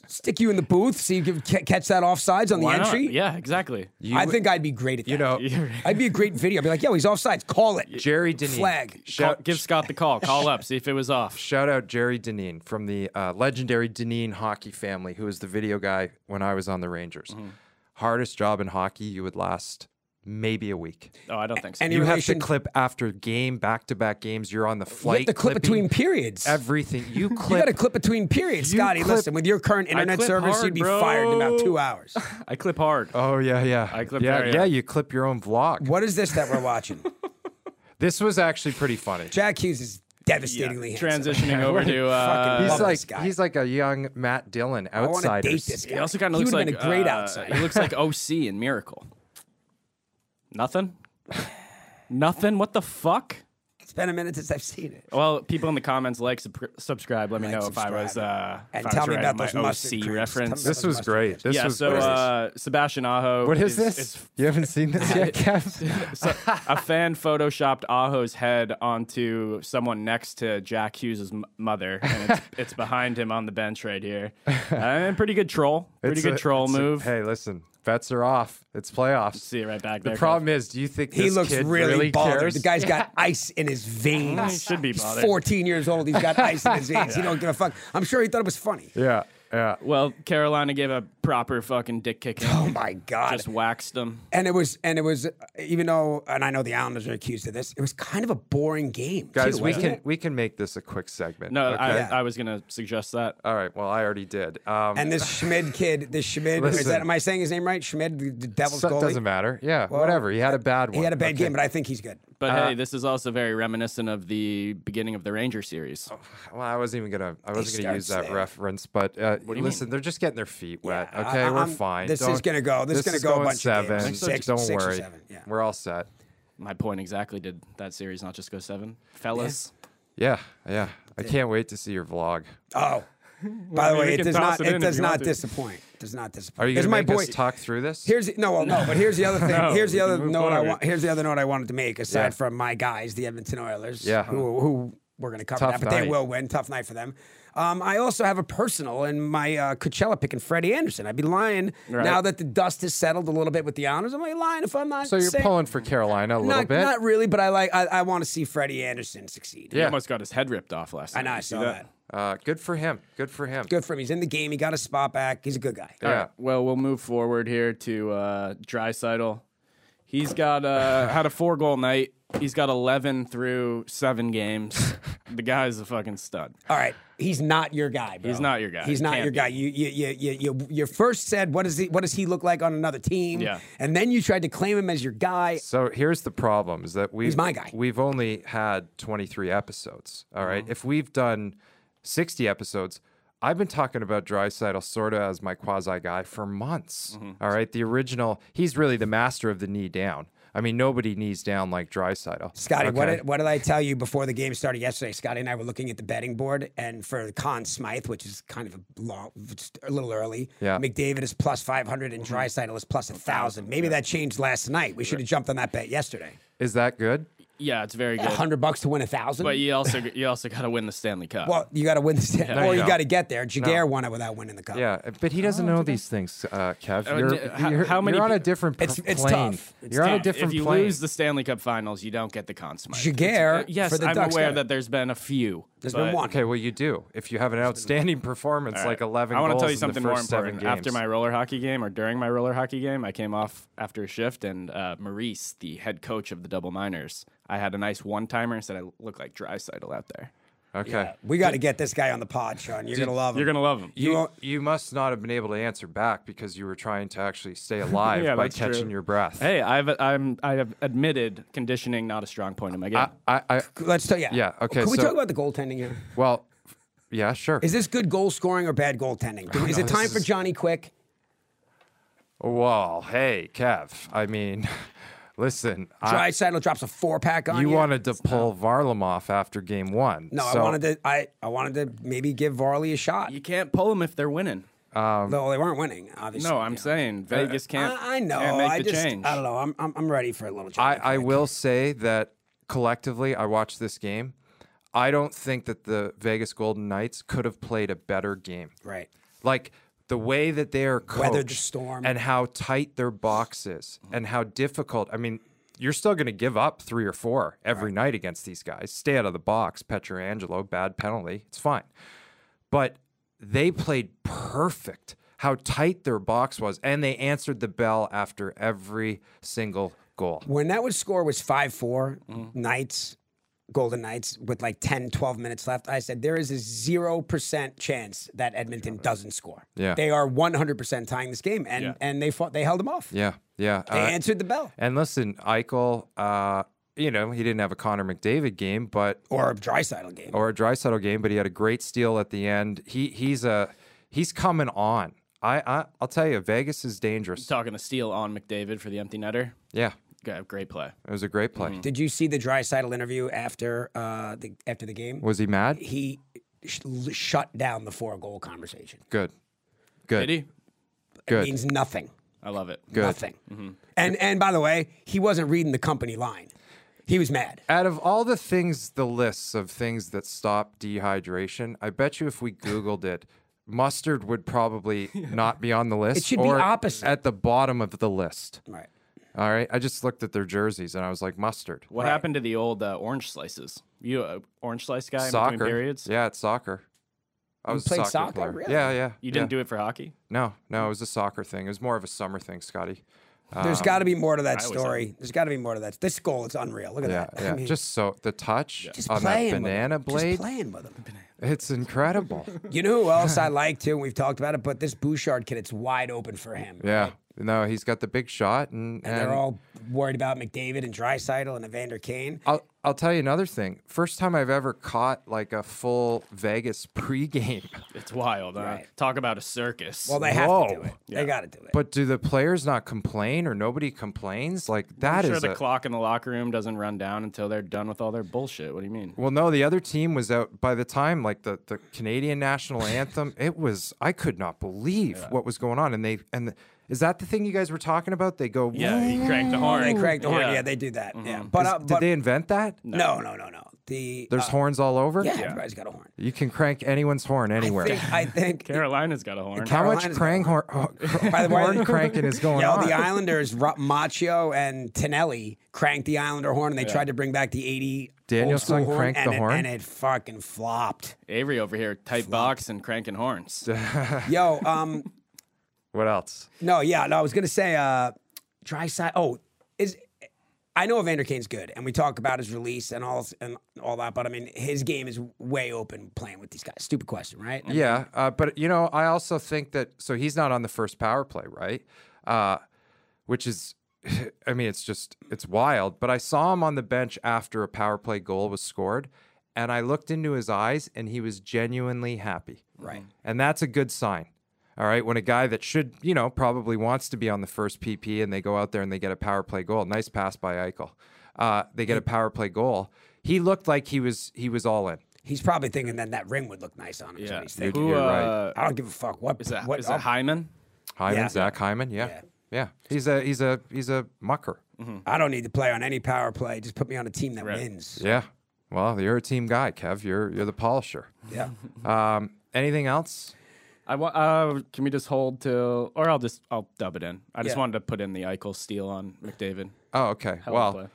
[SPEAKER 3] stick you in the booth so you can ca- catch that offsides on the
[SPEAKER 2] Why not?
[SPEAKER 3] entry.
[SPEAKER 2] Yeah, exactly.
[SPEAKER 3] I think I'd be great at that.
[SPEAKER 1] You know, [laughs]
[SPEAKER 3] I'd be a great video. I'd be like, yo, he's offsides. Call it.
[SPEAKER 1] Jerry Deneen.
[SPEAKER 3] Flag.
[SPEAKER 2] Call,
[SPEAKER 1] Shout,
[SPEAKER 2] give Scott the call. Call up. See if it was off.
[SPEAKER 1] Shout out Jerry Deneen from the uh, legendary Deneen hockey family, who was the video guy when I was on the Rangers.
[SPEAKER 3] Mm-hmm.
[SPEAKER 1] Hardest job in hockey, you would last maybe a week.
[SPEAKER 2] Oh,
[SPEAKER 3] [laughs]
[SPEAKER 2] I don't think so.
[SPEAKER 3] Any
[SPEAKER 1] you
[SPEAKER 3] relation?
[SPEAKER 1] have to clip after game, back to back games. You're on the
[SPEAKER 3] you
[SPEAKER 1] flight.
[SPEAKER 3] have to clip
[SPEAKER 1] clipping
[SPEAKER 3] between periods.
[SPEAKER 1] Everything. You clip.
[SPEAKER 3] [laughs] you got to clip between periods,
[SPEAKER 1] You
[SPEAKER 3] Scotty.
[SPEAKER 1] clip-
[SPEAKER 3] listen, with your current internet
[SPEAKER 2] clip
[SPEAKER 3] service,
[SPEAKER 2] hard,
[SPEAKER 3] you'd be fired in about
[SPEAKER 2] bro.
[SPEAKER 3] two
[SPEAKER 1] [laughs]
[SPEAKER 3] hours.
[SPEAKER 2] I clip hard.
[SPEAKER 1] Oh yeah, yeah. I
[SPEAKER 2] clip
[SPEAKER 1] yeah,
[SPEAKER 2] there,
[SPEAKER 1] yeah,
[SPEAKER 2] yeah.
[SPEAKER 1] You clip your own vlog.
[SPEAKER 3] what is this that we're watching?
[SPEAKER 1] This was actually pretty funny.
[SPEAKER 3] Jack Hughes is devastatingly
[SPEAKER 2] [laughs]
[SPEAKER 3] handsome.
[SPEAKER 2] Transitioning over to. Uh,
[SPEAKER 3] Fucking
[SPEAKER 1] He's
[SPEAKER 3] love
[SPEAKER 1] like
[SPEAKER 3] this guy.
[SPEAKER 1] he's like a young Matt Dillon
[SPEAKER 3] I want to
[SPEAKER 1] outsider.
[SPEAKER 3] date this guy.
[SPEAKER 2] he also kind
[SPEAKER 3] He
[SPEAKER 2] of looks
[SPEAKER 3] would've
[SPEAKER 2] like
[SPEAKER 3] been a great
[SPEAKER 2] uh,
[SPEAKER 3] outsider.
[SPEAKER 2] He looks like OC in Miracle. Nothing. Nothing. What the fuck?
[SPEAKER 3] It's been a minute since I've seen it.
[SPEAKER 2] Well, people in the comments like sub- subscribe. Let me know if I was. Uh, if
[SPEAKER 3] And
[SPEAKER 2] I
[SPEAKER 3] tell
[SPEAKER 2] was
[SPEAKER 3] me
[SPEAKER 2] right
[SPEAKER 3] about
[SPEAKER 2] on my
[SPEAKER 3] those mustard
[SPEAKER 2] OC
[SPEAKER 3] creams.
[SPEAKER 2] reference.
[SPEAKER 3] Tell me
[SPEAKER 1] This was great. This
[SPEAKER 2] yeah.
[SPEAKER 1] was
[SPEAKER 2] So
[SPEAKER 1] what is this?
[SPEAKER 2] uh, Sebastian Aho.
[SPEAKER 1] What is
[SPEAKER 2] is-
[SPEAKER 1] this?
[SPEAKER 2] is
[SPEAKER 1] You haven't seen
[SPEAKER 3] [laughs]
[SPEAKER 1] this yet, Kev?
[SPEAKER 2] so a fan photoshopped Aho's head onto someone next to Jack Hughes' m- mother, and it's, it's behind him on the bench right
[SPEAKER 3] [laughs]
[SPEAKER 2] here. And pretty good troll, pretty
[SPEAKER 1] It's
[SPEAKER 2] good
[SPEAKER 1] a-
[SPEAKER 2] troll
[SPEAKER 1] it's a-
[SPEAKER 2] move.
[SPEAKER 1] hey, listen, bets are off. It's playoffs.
[SPEAKER 2] See it right back there.
[SPEAKER 1] The problem is, do you think
[SPEAKER 3] He
[SPEAKER 1] this
[SPEAKER 3] looks
[SPEAKER 1] kid
[SPEAKER 3] really, bothered.
[SPEAKER 1] cares?
[SPEAKER 3] The guy's got ice in his veins.
[SPEAKER 2] He should be
[SPEAKER 3] He's
[SPEAKER 2] bothered.
[SPEAKER 3] 14 years old. He's got
[SPEAKER 1] [laughs]
[SPEAKER 3] ice in his veins. He don't give a fuck. I'm sure he thought it was funny.
[SPEAKER 1] yeah, yeah.
[SPEAKER 2] Well, Carolina gave a proper fucking dick kicking.
[SPEAKER 3] Oh my god!
[SPEAKER 2] Just waxed him.
[SPEAKER 3] and it was, and it was, uh, even though, and I know the Islanders are accused of this. It was kind of a boring game,
[SPEAKER 1] Guys,
[SPEAKER 3] too,
[SPEAKER 1] we
[SPEAKER 3] wasn't
[SPEAKER 1] can
[SPEAKER 3] it?
[SPEAKER 1] we can make this a quick segment.
[SPEAKER 2] No, I,
[SPEAKER 3] Yeah.
[SPEAKER 2] I was gonna suggest that. Uh,
[SPEAKER 1] All right. Well, I already did. Um,
[SPEAKER 3] And this Schmid kid, this Schmid, is
[SPEAKER 1] Listen.
[SPEAKER 3] that, am I saying his name right? Schmid, the, the Devils
[SPEAKER 1] so-
[SPEAKER 3] goalie.
[SPEAKER 1] doesn't matter. Yeah, whatever. He had a bad one.
[SPEAKER 3] He had a bad
[SPEAKER 1] Okay.
[SPEAKER 3] game, but I think he's good.
[SPEAKER 2] But hey, this is also very reminiscent of the beginning of the Ranger series.
[SPEAKER 3] Oh.
[SPEAKER 1] Well, I wasn't even gonna. I wasn't gonna
[SPEAKER 3] start
[SPEAKER 1] use that
[SPEAKER 3] there.
[SPEAKER 1] reference, but uh, listen, they're just getting their feet wet.
[SPEAKER 3] Yeah, I-
[SPEAKER 1] okay, we're
[SPEAKER 3] I'm-
[SPEAKER 1] fine.
[SPEAKER 3] this is
[SPEAKER 1] Don't-
[SPEAKER 3] gonna go- this is gonna
[SPEAKER 1] is
[SPEAKER 3] go a
[SPEAKER 1] going
[SPEAKER 3] bunch of games.
[SPEAKER 1] seven.
[SPEAKER 3] Think so? Six-
[SPEAKER 1] Don't
[SPEAKER 3] six or
[SPEAKER 1] worry,
[SPEAKER 3] seven, yeah.
[SPEAKER 1] we're all set.
[SPEAKER 2] My point exactly. Did that series not just go seven, fellas?
[SPEAKER 1] Yeah, yeah. I can't wait to see your vlog.
[SPEAKER 3] Oh, by the
[SPEAKER 2] mean,
[SPEAKER 3] way,
[SPEAKER 2] we
[SPEAKER 3] it
[SPEAKER 2] can
[SPEAKER 3] does
[SPEAKER 2] toss
[SPEAKER 3] not.
[SPEAKER 2] it
[SPEAKER 3] It
[SPEAKER 2] in if
[SPEAKER 3] does
[SPEAKER 2] you
[SPEAKER 3] not
[SPEAKER 2] want to.
[SPEAKER 3] disappoint. Does not disappoint.
[SPEAKER 1] Are you
[SPEAKER 3] Here's
[SPEAKER 1] gonna
[SPEAKER 3] my
[SPEAKER 1] make us
[SPEAKER 3] boy.
[SPEAKER 1] talk through this?
[SPEAKER 3] Here's the- no, well, no, but here's the
[SPEAKER 1] [laughs]
[SPEAKER 3] other thing. here's the
[SPEAKER 2] we
[SPEAKER 3] other
[SPEAKER 2] can move
[SPEAKER 3] note I
[SPEAKER 2] forward.
[SPEAKER 3] want. Here's the other note I wanted to make. Aside
[SPEAKER 1] Yeah.
[SPEAKER 3] from my guys, the Edmonton Oilers,
[SPEAKER 1] Yeah.
[SPEAKER 3] who, who we're going to cover
[SPEAKER 1] Tough
[SPEAKER 3] that, but they
[SPEAKER 1] night.
[SPEAKER 3] will win. Tough night for them. Um, I also have a personal in my uh, Coachella pick and Freddie Anderson. I'd be lying
[SPEAKER 2] Right.
[SPEAKER 3] now that the dust has settled a little bit with the honors. I'm like lying if I'm not.
[SPEAKER 1] so you're
[SPEAKER 3] saying-
[SPEAKER 1] pulling for Carolina a little
[SPEAKER 3] Not,
[SPEAKER 1] bit.
[SPEAKER 3] not really, but I like. I, I want to see Freddie Anderson succeed.
[SPEAKER 2] He
[SPEAKER 1] Yeah.
[SPEAKER 2] almost got his head ripped off last night.
[SPEAKER 3] I know. I
[SPEAKER 2] You see
[SPEAKER 3] saw that.
[SPEAKER 1] Uh, good for him. Good for him.
[SPEAKER 3] Good for him. He's in the game. He got his spot back. He's a good guy.
[SPEAKER 1] Yeah.
[SPEAKER 2] All right, Well, we'll move forward here to uh, Drysidle. He's got
[SPEAKER 3] [laughs]
[SPEAKER 2] uh, had a four goal night. He's got 11 through seven
[SPEAKER 3] [laughs]
[SPEAKER 2] games. the guy's a fucking stud.
[SPEAKER 3] All right, he's not your guy, bro.
[SPEAKER 2] He's not your guy.
[SPEAKER 3] He's not
[SPEAKER 2] Can't
[SPEAKER 3] your
[SPEAKER 2] be.
[SPEAKER 3] guy. You you you you you, you first said what does he what does he look like on another team?
[SPEAKER 2] Yeah.
[SPEAKER 3] and then you tried to claim him as your guy.
[SPEAKER 1] So here's the problem: is that we
[SPEAKER 3] He's my guy. Uh-huh.
[SPEAKER 1] We've only had 23 episodes. All right? if we've done 60 episodes, I've been talking about Drysaddle sort of as my quasi guy for months.
[SPEAKER 3] Mm-hmm.
[SPEAKER 1] all right, the original. He's really the master of the knee down. I mean, nobody knees down like Drysaddle.
[SPEAKER 3] Scotty, what did what did I tell you before the game started yesterday? Scotty and I were looking at the betting board, and for Con Smythe, which is kind of a long, just a little early.
[SPEAKER 1] Yeah.
[SPEAKER 3] McDavid is plus five hundred,
[SPEAKER 2] Mm-hmm.
[SPEAKER 3] and Drysaitel is plus a thousand. Maybe that changed last night. We should have jumped on that bet yesterday.
[SPEAKER 1] is that good?
[SPEAKER 2] Yeah, it's very good.
[SPEAKER 3] hundred bucks to win a thousand.
[SPEAKER 2] But you
[SPEAKER 3] [laughs]
[SPEAKER 2] also you also got to win the Stanley Cup.
[SPEAKER 3] Well, you got to win the
[SPEAKER 1] No,
[SPEAKER 3] or
[SPEAKER 1] you
[SPEAKER 3] you
[SPEAKER 1] don't.
[SPEAKER 3] got to get there. Jaguar won it without winning the cup.
[SPEAKER 1] Yeah, eh, but he doesn't know these things, uh, Kev.
[SPEAKER 2] Uh,
[SPEAKER 1] You're,
[SPEAKER 2] d- how-
[SPEAKER 1] you're-
[SPEAKER 2] how many
[SPEAKER 1] you're on
[SPEAKER 2] pe-
[SPEAKER 1] a different p-
[SPEAKER 3] It's- it's
[SPEAKER 1] plane.
[SPEAKER 3] tough. It's
[SPEAKER 1] you're on a
[SPEAKER 2] If-
[SPEAKER 1] different
[SPEAKER 2] if you
[SPEAKER 1] plane.
[SPEAKER 2] lose the Stanley Cup Finals, you don't get the Conn Smythe.
[SPEAKER 3] Jaguar
[SPEAKER 2] It's- uh, yes,
[SPEAKER 3] for the
[SPEAKER 2] I'm
[SPEAKER 3] Ducks
[SPEAKER 2] aware
[SPEAKER 3] got it.
[SPEAKER 2] that there's been a few.
[SPEAKER 3] There's
[SPEAKER 2] but-
[SPEAKER 3] been one.
[SPEAKER 1] okay, well you do. If you have an outstanding performance like 11
[SPEAKER 2] I want to
[SPEAKER 1] goals
[SPEAKER 2] tell you
[SPEAKER 1] in the
[SPEAKER 2] something more
[SPEAKER 1] first seven
[SPEAKER 2] important. After
[SPEAKER 1] games.
[SPEAKER 2] my roller hockey game or during my roller hockey game, I came off after a shift, and uh, Maurice, the head coach of the Double Miners, I had a nice one timer and said I look like Drysidle out there.
[SPEAKER 1] okay.
[SPEAKER 3] We got to get this guy on the pod, Sean. You're gonna love him.
[SPEAKER 2] You're gonna love him.
[SPEAKER 1] You,
[SPEAKER 3] won't-
[SPEAKER 1] you must not have been able to answer back because you were trying to actually
[SPEAKER 2] [laughs]
[SPEAKER 1] stay alive
[SPEAKER 2] Yeah,
[SPEAKER 1] by
[SPEAKER 2] that's true.
[SPEAKER 1] catching your breath.
[SPEAKER 2] Hey, I've I'm I have admitted conditioning not a strong point in my game.
[SPEAKER 1] I, I, I
[SPEAKER 3] Let's talk. Yeah.
[SPEAKER 1] Yeah, okay,
[SPEAKER 3] Can we
[SPEAKER 1] so-
[SPEAKER 3] talk about the goaltending here?
[SPEAKER 1] well, yeah, sure.
[SPEAKER 3] Is this good goal scoring or bad goaltending? Do- is it time for Johnny Quick?
[SPEAKER 1] well, hey, Kev. I mean, [laughs] listen, I,
[SPEAKER 3] Drysaddle drops a four pack on you.
[SPEAKER 1] you wanted to pull Varlamov after game one.
[SPEAKER 3] No, I
[SPEAKER 1] so-
[SPEAKER 3] wanted to. I, I wanted to maybe give Varley a shot.
[SPEAKER 2] you can't pull them if they're winning.
[SPEAKER 1] Um,
[SPEAKER 3] Though they weren't winning, obviously.
[SPEAKER 2] No, I'm saying Vegas can't.
[SPEAKER 3] I, I know.
[SPEAKER 2] Can't make
[SPEAKER 3] I
[SPEAKER 2] the
[SPEAKER 3] just.
[SPEAKER 2] change.
[SPEAKER 3] I don't know. I'm, I'm I'm ready for a little. Johnny
[SPEAKER 1] I, I
[SPEAKER 3] Quick.
[SPEAKER 1] will say that collectively, I watched this game. I don't think that the Vegas Golden Knights could have played a better game.
[SPEAKER 3] Right.
[SPEAKER 1] Like the way that they are coached
[SPEAKER 3] Weathered the storm.
[SPEAKER 1] and how tight their box is and how difficult. I mean, you're still going to give up three or four every night against these guys. Stay out of the box, Petrangelo, bad penalty. It's fine. But they played perfect how tight their box was and they answered the bell after every single goal.
[SPEAKER 3] when that would score was 5 4
[SPEAKER 1] Mm-hmm.
[SPEAKER 3] Knights, Golden Knights, with like 10, 12 minutes left, I said, there is a 0% chance that Edmonton doesn't score.
[SPEAKER 1] Yeah.
[SPEAKER 3] They are 100% tying this game. And,
[SPEAKER 2] Yeah.
[SPEAKER 3] and they fought, they held them off.
[SPEAKER 1] Yeah. Yeah.
[SPEAKER 3] They
[SPEAKER 1] Uh,
[SPEAKER 3] answered the bell.
[SPEAKER 1] and listen, Eichel, uh, you know, he didn't have a Connor McDavid game, but
[SPEAKER 3] Or a Drysidle game.
[SPEAKER 1] or a dry settle game, but he had a great steal at the end. He he's a he's coming on. I, I I'll tell you, Vegas is dangerous.
[SPEAKER 2] Talking the steal on McDavid for the empty netter.
[SPEAKER 1] Yeah,
[SPEAKER 2] Got a Great play.
[SPEAKER 1] it was a great play.
[SPEAKER 3] Did you see the Drysidle interview after, uh, the, after the game?
[SPEAKER 1] Was he mad?
[SPEAKER 3] He sh- l- shut down the four goal conversation.
[SPEAKER 1] Good, good,
[SPEAKER 2] Did he?
[SPEAKER 1] good.
[SPEAKER 3] It means nothing.
[SPEAKER 2] I love it.
[SPEAKER 1] Good. Mm-hmm.
[SPEAKER 3] Nothing. And, and by the way, he wasn't reading the company line, he was mad.
[SPEAKER 1] Out of all the things, the lists of things that stop dehydration, I bet you if we Googled it, mustard would
[SPEAKER 3] [laughs]
[SPEAKER 1] probably not be on the list.
[SPEAKER 3] should be
[SPEAKER 1] or
[SPEAKER 3] opposite.
[SPEAKER 1] At the bottom of the list.
[SPEAKER 3] Right.
[SPEAKER 1] All right. I just looked at their jerseys and I was like, mustard.
[SPEAKER 2] What happened to the old uh, orange slices? You uh, orange slice guy in
[SPEAKER 1] Soccer.
[SPEAKER 2] between periods?
[SPEAKER 1] Yeah, it's soccer. I was a
[SPEAKER 3] played
[SPEAKER 1] soccer,
[SPEAKER 3] soccer?
[SPEAKER 1] player.
[SPEAKER 3] Really?
[SPEAKER 1] Yeah, yeah.
[SPEAKER 2] You didn't
[SPEAKER 1] yeah.
[SPEAKER 2] do it for hockey?
[SPEAKER 1] No,
[SPEAKER 3] Mm.
[SPEAKER 1] no, it was a soccer thing. It was more of a summer thing, Scotty.
[SPEAKER 3] There's got to be more
[SPEAKER 1] Um,
[SPEAKER 3] to that
[SPEAKER 2] always
[SPEAKER 3] story. There's got to be more to that. This goal is unreal. Look at
[SPEAKER 1] Yeah,
[SPEAKER 3] that. I
[SPEAKER 1] yeah.
[SPEAKER 3] mean,
[SPEAKER 1] just so the touch
[SPEAKER 3] just
[SPEAKER 1] on that
[SPEAKER 3] playing with 'em.
[SPEAKER 1] banana blade,
[SPEAKER 3] Just playing with him.
[SPEAKER 1] it's incredible.
[SPEAKER 3] [laughs]
[SPEAKER 1] [laughs]
[SPEAKER 3] You know who else I like too? And we've talked about it, but this Bouchard kid, it's wide open for him.
[SPEAKER 1] Yeah. No, he's got the big shot, and,
[SPEAKER 3] And they're all worried about McDavid and Drysidel and Evander Kane.
[SPEAKER 1] I'll I'll tell you another thing. First time I've ever caught like a full Vegas [laughs] pregame.
[SPEAKER 2] It's wild. Huh?
[SPEAKER 3] Right.
[SPEAKER 2] Talk about a circus.
[SPEAKER 3] Well, they have to do
[SPEAKER 1] Whoa.
[SPEAKER 3] it. They got to do it.
[SPEAKER 1] But do the players not complain, or nobody complains? Like that
[SPEAKER 2] I'm
[SPEAKER 1] is
[SPEAKER 2] sure the
[SPEAKER 1] a-
[SPEAKER 2] clock in the locker room doesn't run down until they're done with all their bullshit. What do you mean?
[SPEAKER 1] Well, no, the other team was out by the time like the, the Canadian national anthem. It was I could not believe what was going on, and they and the, is that the thing you guys were talking about? They go,
[SPEAKER 2] Yeah,
[SPEAKER 1] "Woo."
[SPEAKER 2] he cranked the horn.
[SPEAKER 3] they crank the horn. Yeah, they do that. Yeah, but, uh,
[SPEAKER 1] Mm-hmm. Did
[SPEAKER 3] but
[SPEAKER 1] they invent that?
[SPEAKER 3] no, no, no, no. The uh,
[SPEAKER 1] There's horns all over.
[SPEAKER 3] yeah, everybody's got a horn.
[SPEAKER 1] you can crank anyone's horn anywhere.
[SPEAKER 3] I think,
[SPEAKER 1] [laughs]
[SPEAKER 3] I think
[SPEAKER 2] Carolina's got a horn.
[SPEAKER 1] How much
[SPEAKER 3] Carolina's
[SPEAKER 1] crank horn,
[SPEAKER 3] [laughs] By the way-
[SPEAKER 1] horn cranking
[SPEAKER 3] [laughs]
[SPEAKER 1] is going
[SPEAKER 3] Yo,
[SPEAKER 1] on?
[SPEAKER 3] the Islanders, Ro- Macho and Tinelli cranked the Islander horn, and they tried to bring back the '80
[SPEAKER 1] Danielson
[SPEAKER 3] old school horn,
[SPEAKER 1] cranked
[SPEAKER 3] and
[SPEAKER 1] the
[SPEAKER 3] it,
[SPEAKER 1] horn?
[SPEAKER 3] and it fucking flopped.
[SPEAKER 2] Avery over here, tight box and cranking horns.
[SPEAKER 3] Yo, um,
[SPEAKER 1] what else?
[SPEAKER 3] no, yeah, no, I was gonna say, uh, dry side. Oh, is I know Evander Kane's good, and we talk about his release and all and all that, but I mean, his game is way open playing with these guys. Stupid question, right?
[SPEAKER 1] Yeah, uh, but you know, I also think that so he's not on the first power play, right? Uh, which is, [laughs] I mean, it's just it's wild. But I saw him on the bench after a power play goal was scored, and I looked into his eyes, and he was genuinely happy.
[SPEAKER 3] Right.
[SPEAKER 1] and that's a good sign. All right, when a guy that should, you know, probably wants to be on the first PP, and they go out there and they get a power play goal. Nice pass by Eichel. Uh, they get a power play goal. He looked like he was he was all in.
[SPEAKER 3] He's probably thinking that that ring would look nice on him. is what he's thinking.
[SPEAKER 2] Who,
[SPEAKER 1] You're right.
[SPEAKER 2] uh,
[SPEAKER 3] I don't give a fuck what
[SPEAKER 2] is that?
[SPEAKER 3] what
[SPEAKER 2] Is that Hyman?
[SPEAKER 1] Hyman,
[SPEAKER 3] Yeah.
[SPEAKER 1] Zach Hyman, yeah. yeah. He's a he's a he's a mucker.
[SPEAKER 3] I don't need to play on any power play. Just put me on a team that wins.
[SPEAKER 1] Yeah. Well, you're a team guy, Kev. You're you're the polisher.
[SPEAKER 3] Yeah.
[SPEAKER 1] Um, anything else?
[SPEAKER 2] I want. Uh, can we just hold till, or I'll just I'll dub it in. I just
[SPEAKER 3] Yeah.
[SPEAKER 2] wanted to put in the Eichel steal on McDavid.
[SPEAKER 1] Oh, okay.
[SPEAKER 2] Power
[SPEAKER 1] well,
[SPEAKER 2] play.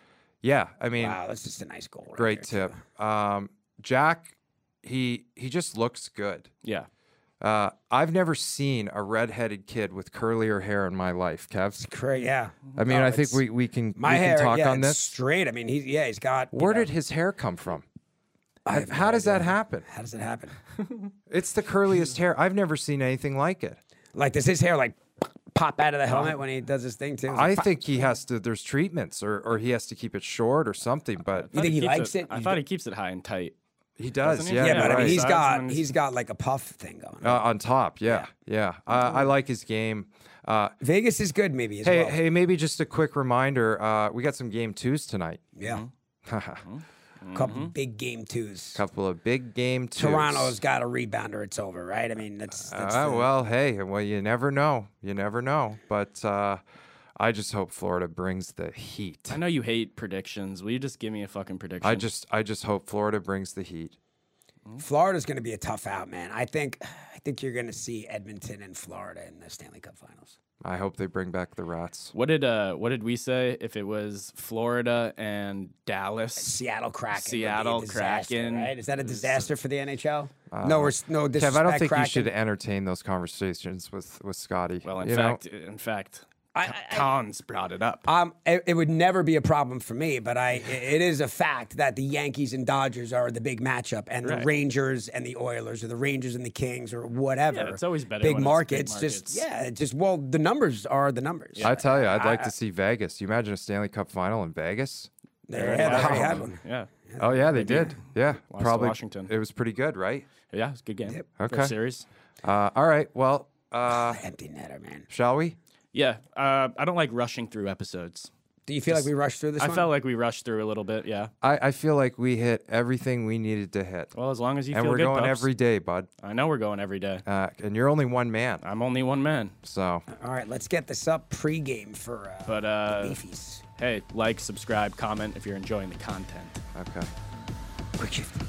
[SPEAKER 1] yeah. I mean,
[SPEAKER 3] Wow, that's just a nice goal. Right
[SPEAKER 1] great
[SPEAKER 3] there,
[SPEAKER 1] tip. Um, Jack, he he just looks good.
[SPEAKER 2] Yeah,
[SPEAKER 1] Uh, I've never seen a redheaded kid with curlier hair in my life, Kev.
[SPEAKER 3] too. Great. Yeah.
[SPEAKER 1] I mean,
[SPEAKER 3] No,
[SPEAKER 1] I think
[SPEAKER 3] Oh,
[SPEAKER 1] we
[SPEAKER 3] it's-
[SPEAKER 1] we can
[SPEAKER 3] my
[SPEAKER 1] we
[SPEAKER 3] hair.
[SPEAKER 1] can talk
[SPEAKER 3] yeah,
[SPEAKER 1] on
[SPEAKER 3] it's
[SPEAKER 1] this.
[SPEAKER 3] straight. I mean, he's yeah, he's got. you
[SPEAKER 1] Where
[SPEAKER 3] know,
[SPEAKER 1] did his hair come from?
[SPEAKER 3] I have
[SPEAKER 1] How
[SPEAKER 3] no
[SPEAKER 1] does
[SPEAKER 3] idea.
[SPEAKER 1] that happen?
[SPEAKER 3] How does it happen?
[SPEAKER 1] It's the curliest hair. I've never seen anything like it.
[SPEAKER 3] Like, does his hair like pop out of the helmet when he does his thing too?
[SPEAKER 1] I think he has to. The's treatments, or or he has to keep it short, or something. But
[SPEAKER 3] You think he likes it?
[SPEAKER 2] I thought he keeps it high and tight.
[SPEAKER 1] he does.
[SPEAKER 2] he?
[SPEAKER 1] Yeah,
[SPEAKER 3] yeah,
[SPEAKER 1] you're
[SPEAKER 3] but I mean,
[SPEAKER 1] right.
[SPEAKER 3] he's
[SPEAKER 2] Sides
[SPEAKER 3] got
[SPEAKER 2] and-
[SPEAKER 3] he's got like a puff thing going. on.
[SPEAKER 1] uh, on top. Yeah, yeah. Uh, I like his game. Uh,
[SPEAKER 3] Vegas is good, maybe. As
[SPEAKER 1] hey,
[SPEAKER 3] Mm-hmm. well.
[SPEAKER 1] hey. Maybe just a quick reminder. Uh, we got some game twos tonight. [laughs]
[SPEAKER 3] yeah, Mm-hmm. couple big game twos.
[SPEAKER 1] Mm-hmm. Couple of big game twos.
[SPEAKER 3] Toronto's got a rebounder. It's over, right? I mean, that's, that's
[SPEAKER 1] Uh,
[SPEAKER 3] the-
[SPEAKER 1] well, hey, well, you never know. You never know. But uh, I just hope Florida brings the heat.
[SPEAKER 2] I know you hate predictions. Will you just give me a fucking prediction?
[SPEAKER 1] I just, I just hope Florida brings the heat.
[SPEAKER 3] Florida's going to be a tough out, man. I think I think you're going to see Edmonton and Florida in the Stanley Cup Finals.
[SPEAKER 1] I hope they bring back the rats.
[SPEAKER 2] What did uh What did we say? If it was Florida and Dallas,
[SPEAKER 3] Seattle Kraken. would be a
[SPEAKER 2] Seattle
[SPEAKER 3] disaster,
[SPEAKER 2] Kraken. Uh,
[SPEAKER 3] Right? Is that a disaster for the NHL? no, we're, no disrespect.
[SPEAKER 1] Kev, I don't think
[SPEAKER 3] Kraken.
[SPEAKER 1] you should entertain those conversations with with Scotty.
[SPEAKER 2] well, in
[SPEAKER 1] you know?
[SPEAKER 2] fact, in fact, Cons brought it up.
[SPEAKER 3] Um, it, it would never be a problem for me, but I it is a fact that the Yankees and Dodgers are the big matchup, and the
[SPEAKER 2] Right.
[SPEAKER 3] Rangers and the Oilers, or the Rangers and the Kings, or whatever.
[SPEAKER 2] Yeah, it's always better when
[SPEAKER 3] Big
[SPEAKER 2] it's big
[SPEAKER 3] markets,
[SPEAKER 2] markets.
[SPEAKER 3] just yeah, it just well, the numbers are the numbers.
[SPEAKER 1] I tell you, I'd like to see Vegas. You imagine a Stanley Cup final in Vegas?
[SPEAKER 3] They had- they already had one.
[SPEAKER 2] Yeah,
[SPEAKER 1] Oh yeah, they did. Yeah,
[SPEAKER 2] to
[SPEAKER 1] probably.
[SPEAKER 2] Washington.
[SPEAKER 1] It was pretty good, right?
[SPEAKER 2] yeah, it's a good game.
[SPEAKER 1] Okay.
[SPEAKER 2] Good series.
[SPEAKER 1] Uh, all right. Well, uh, [laughs]
[SPEAKER 3] Empty netter, man.
[SPEAKER 1] shall we?
[SPEAKER 2] Yeah, uh, I don't like rushing through episodes.
[SPEAKER 3] Do you feel like we rushed through this?
[SPEAKER 2] I
[SPEAKER 3] one?
[SPEAKER 2] felt like we rushed through a little bit. Yeah.
[SPEAKER 1] I, I feel like we hit everything we needed to hit,
[SPEAKER 2] Well, as long as you
[SPEAKER 1] and
[SPEAKER 2] feel
[SPEAKER 1] we're
[SPEAKER 2] good,
[SPEAKER 1] going
[SPEAKER 2] pups.
[SPEAKER 1] every day, bud.
[SPEAKER 2] I know we're going every day.
[SPEAKER 1] Uh, and you're only one man,
[SPEAKER 2] I'm only one man,
[SPEAKER 1] so
[SPEAKER 3] All right, let's get this up pregame for uh,
[SPEAKER 2] but uh,
[SPEAKER 3] Leafies.
[SPEAKER 2] hey, like, subscribe, comment if you're enjoying the content.
[SPEAKER 1] okay.
[SPEAKER 3] Quick shift.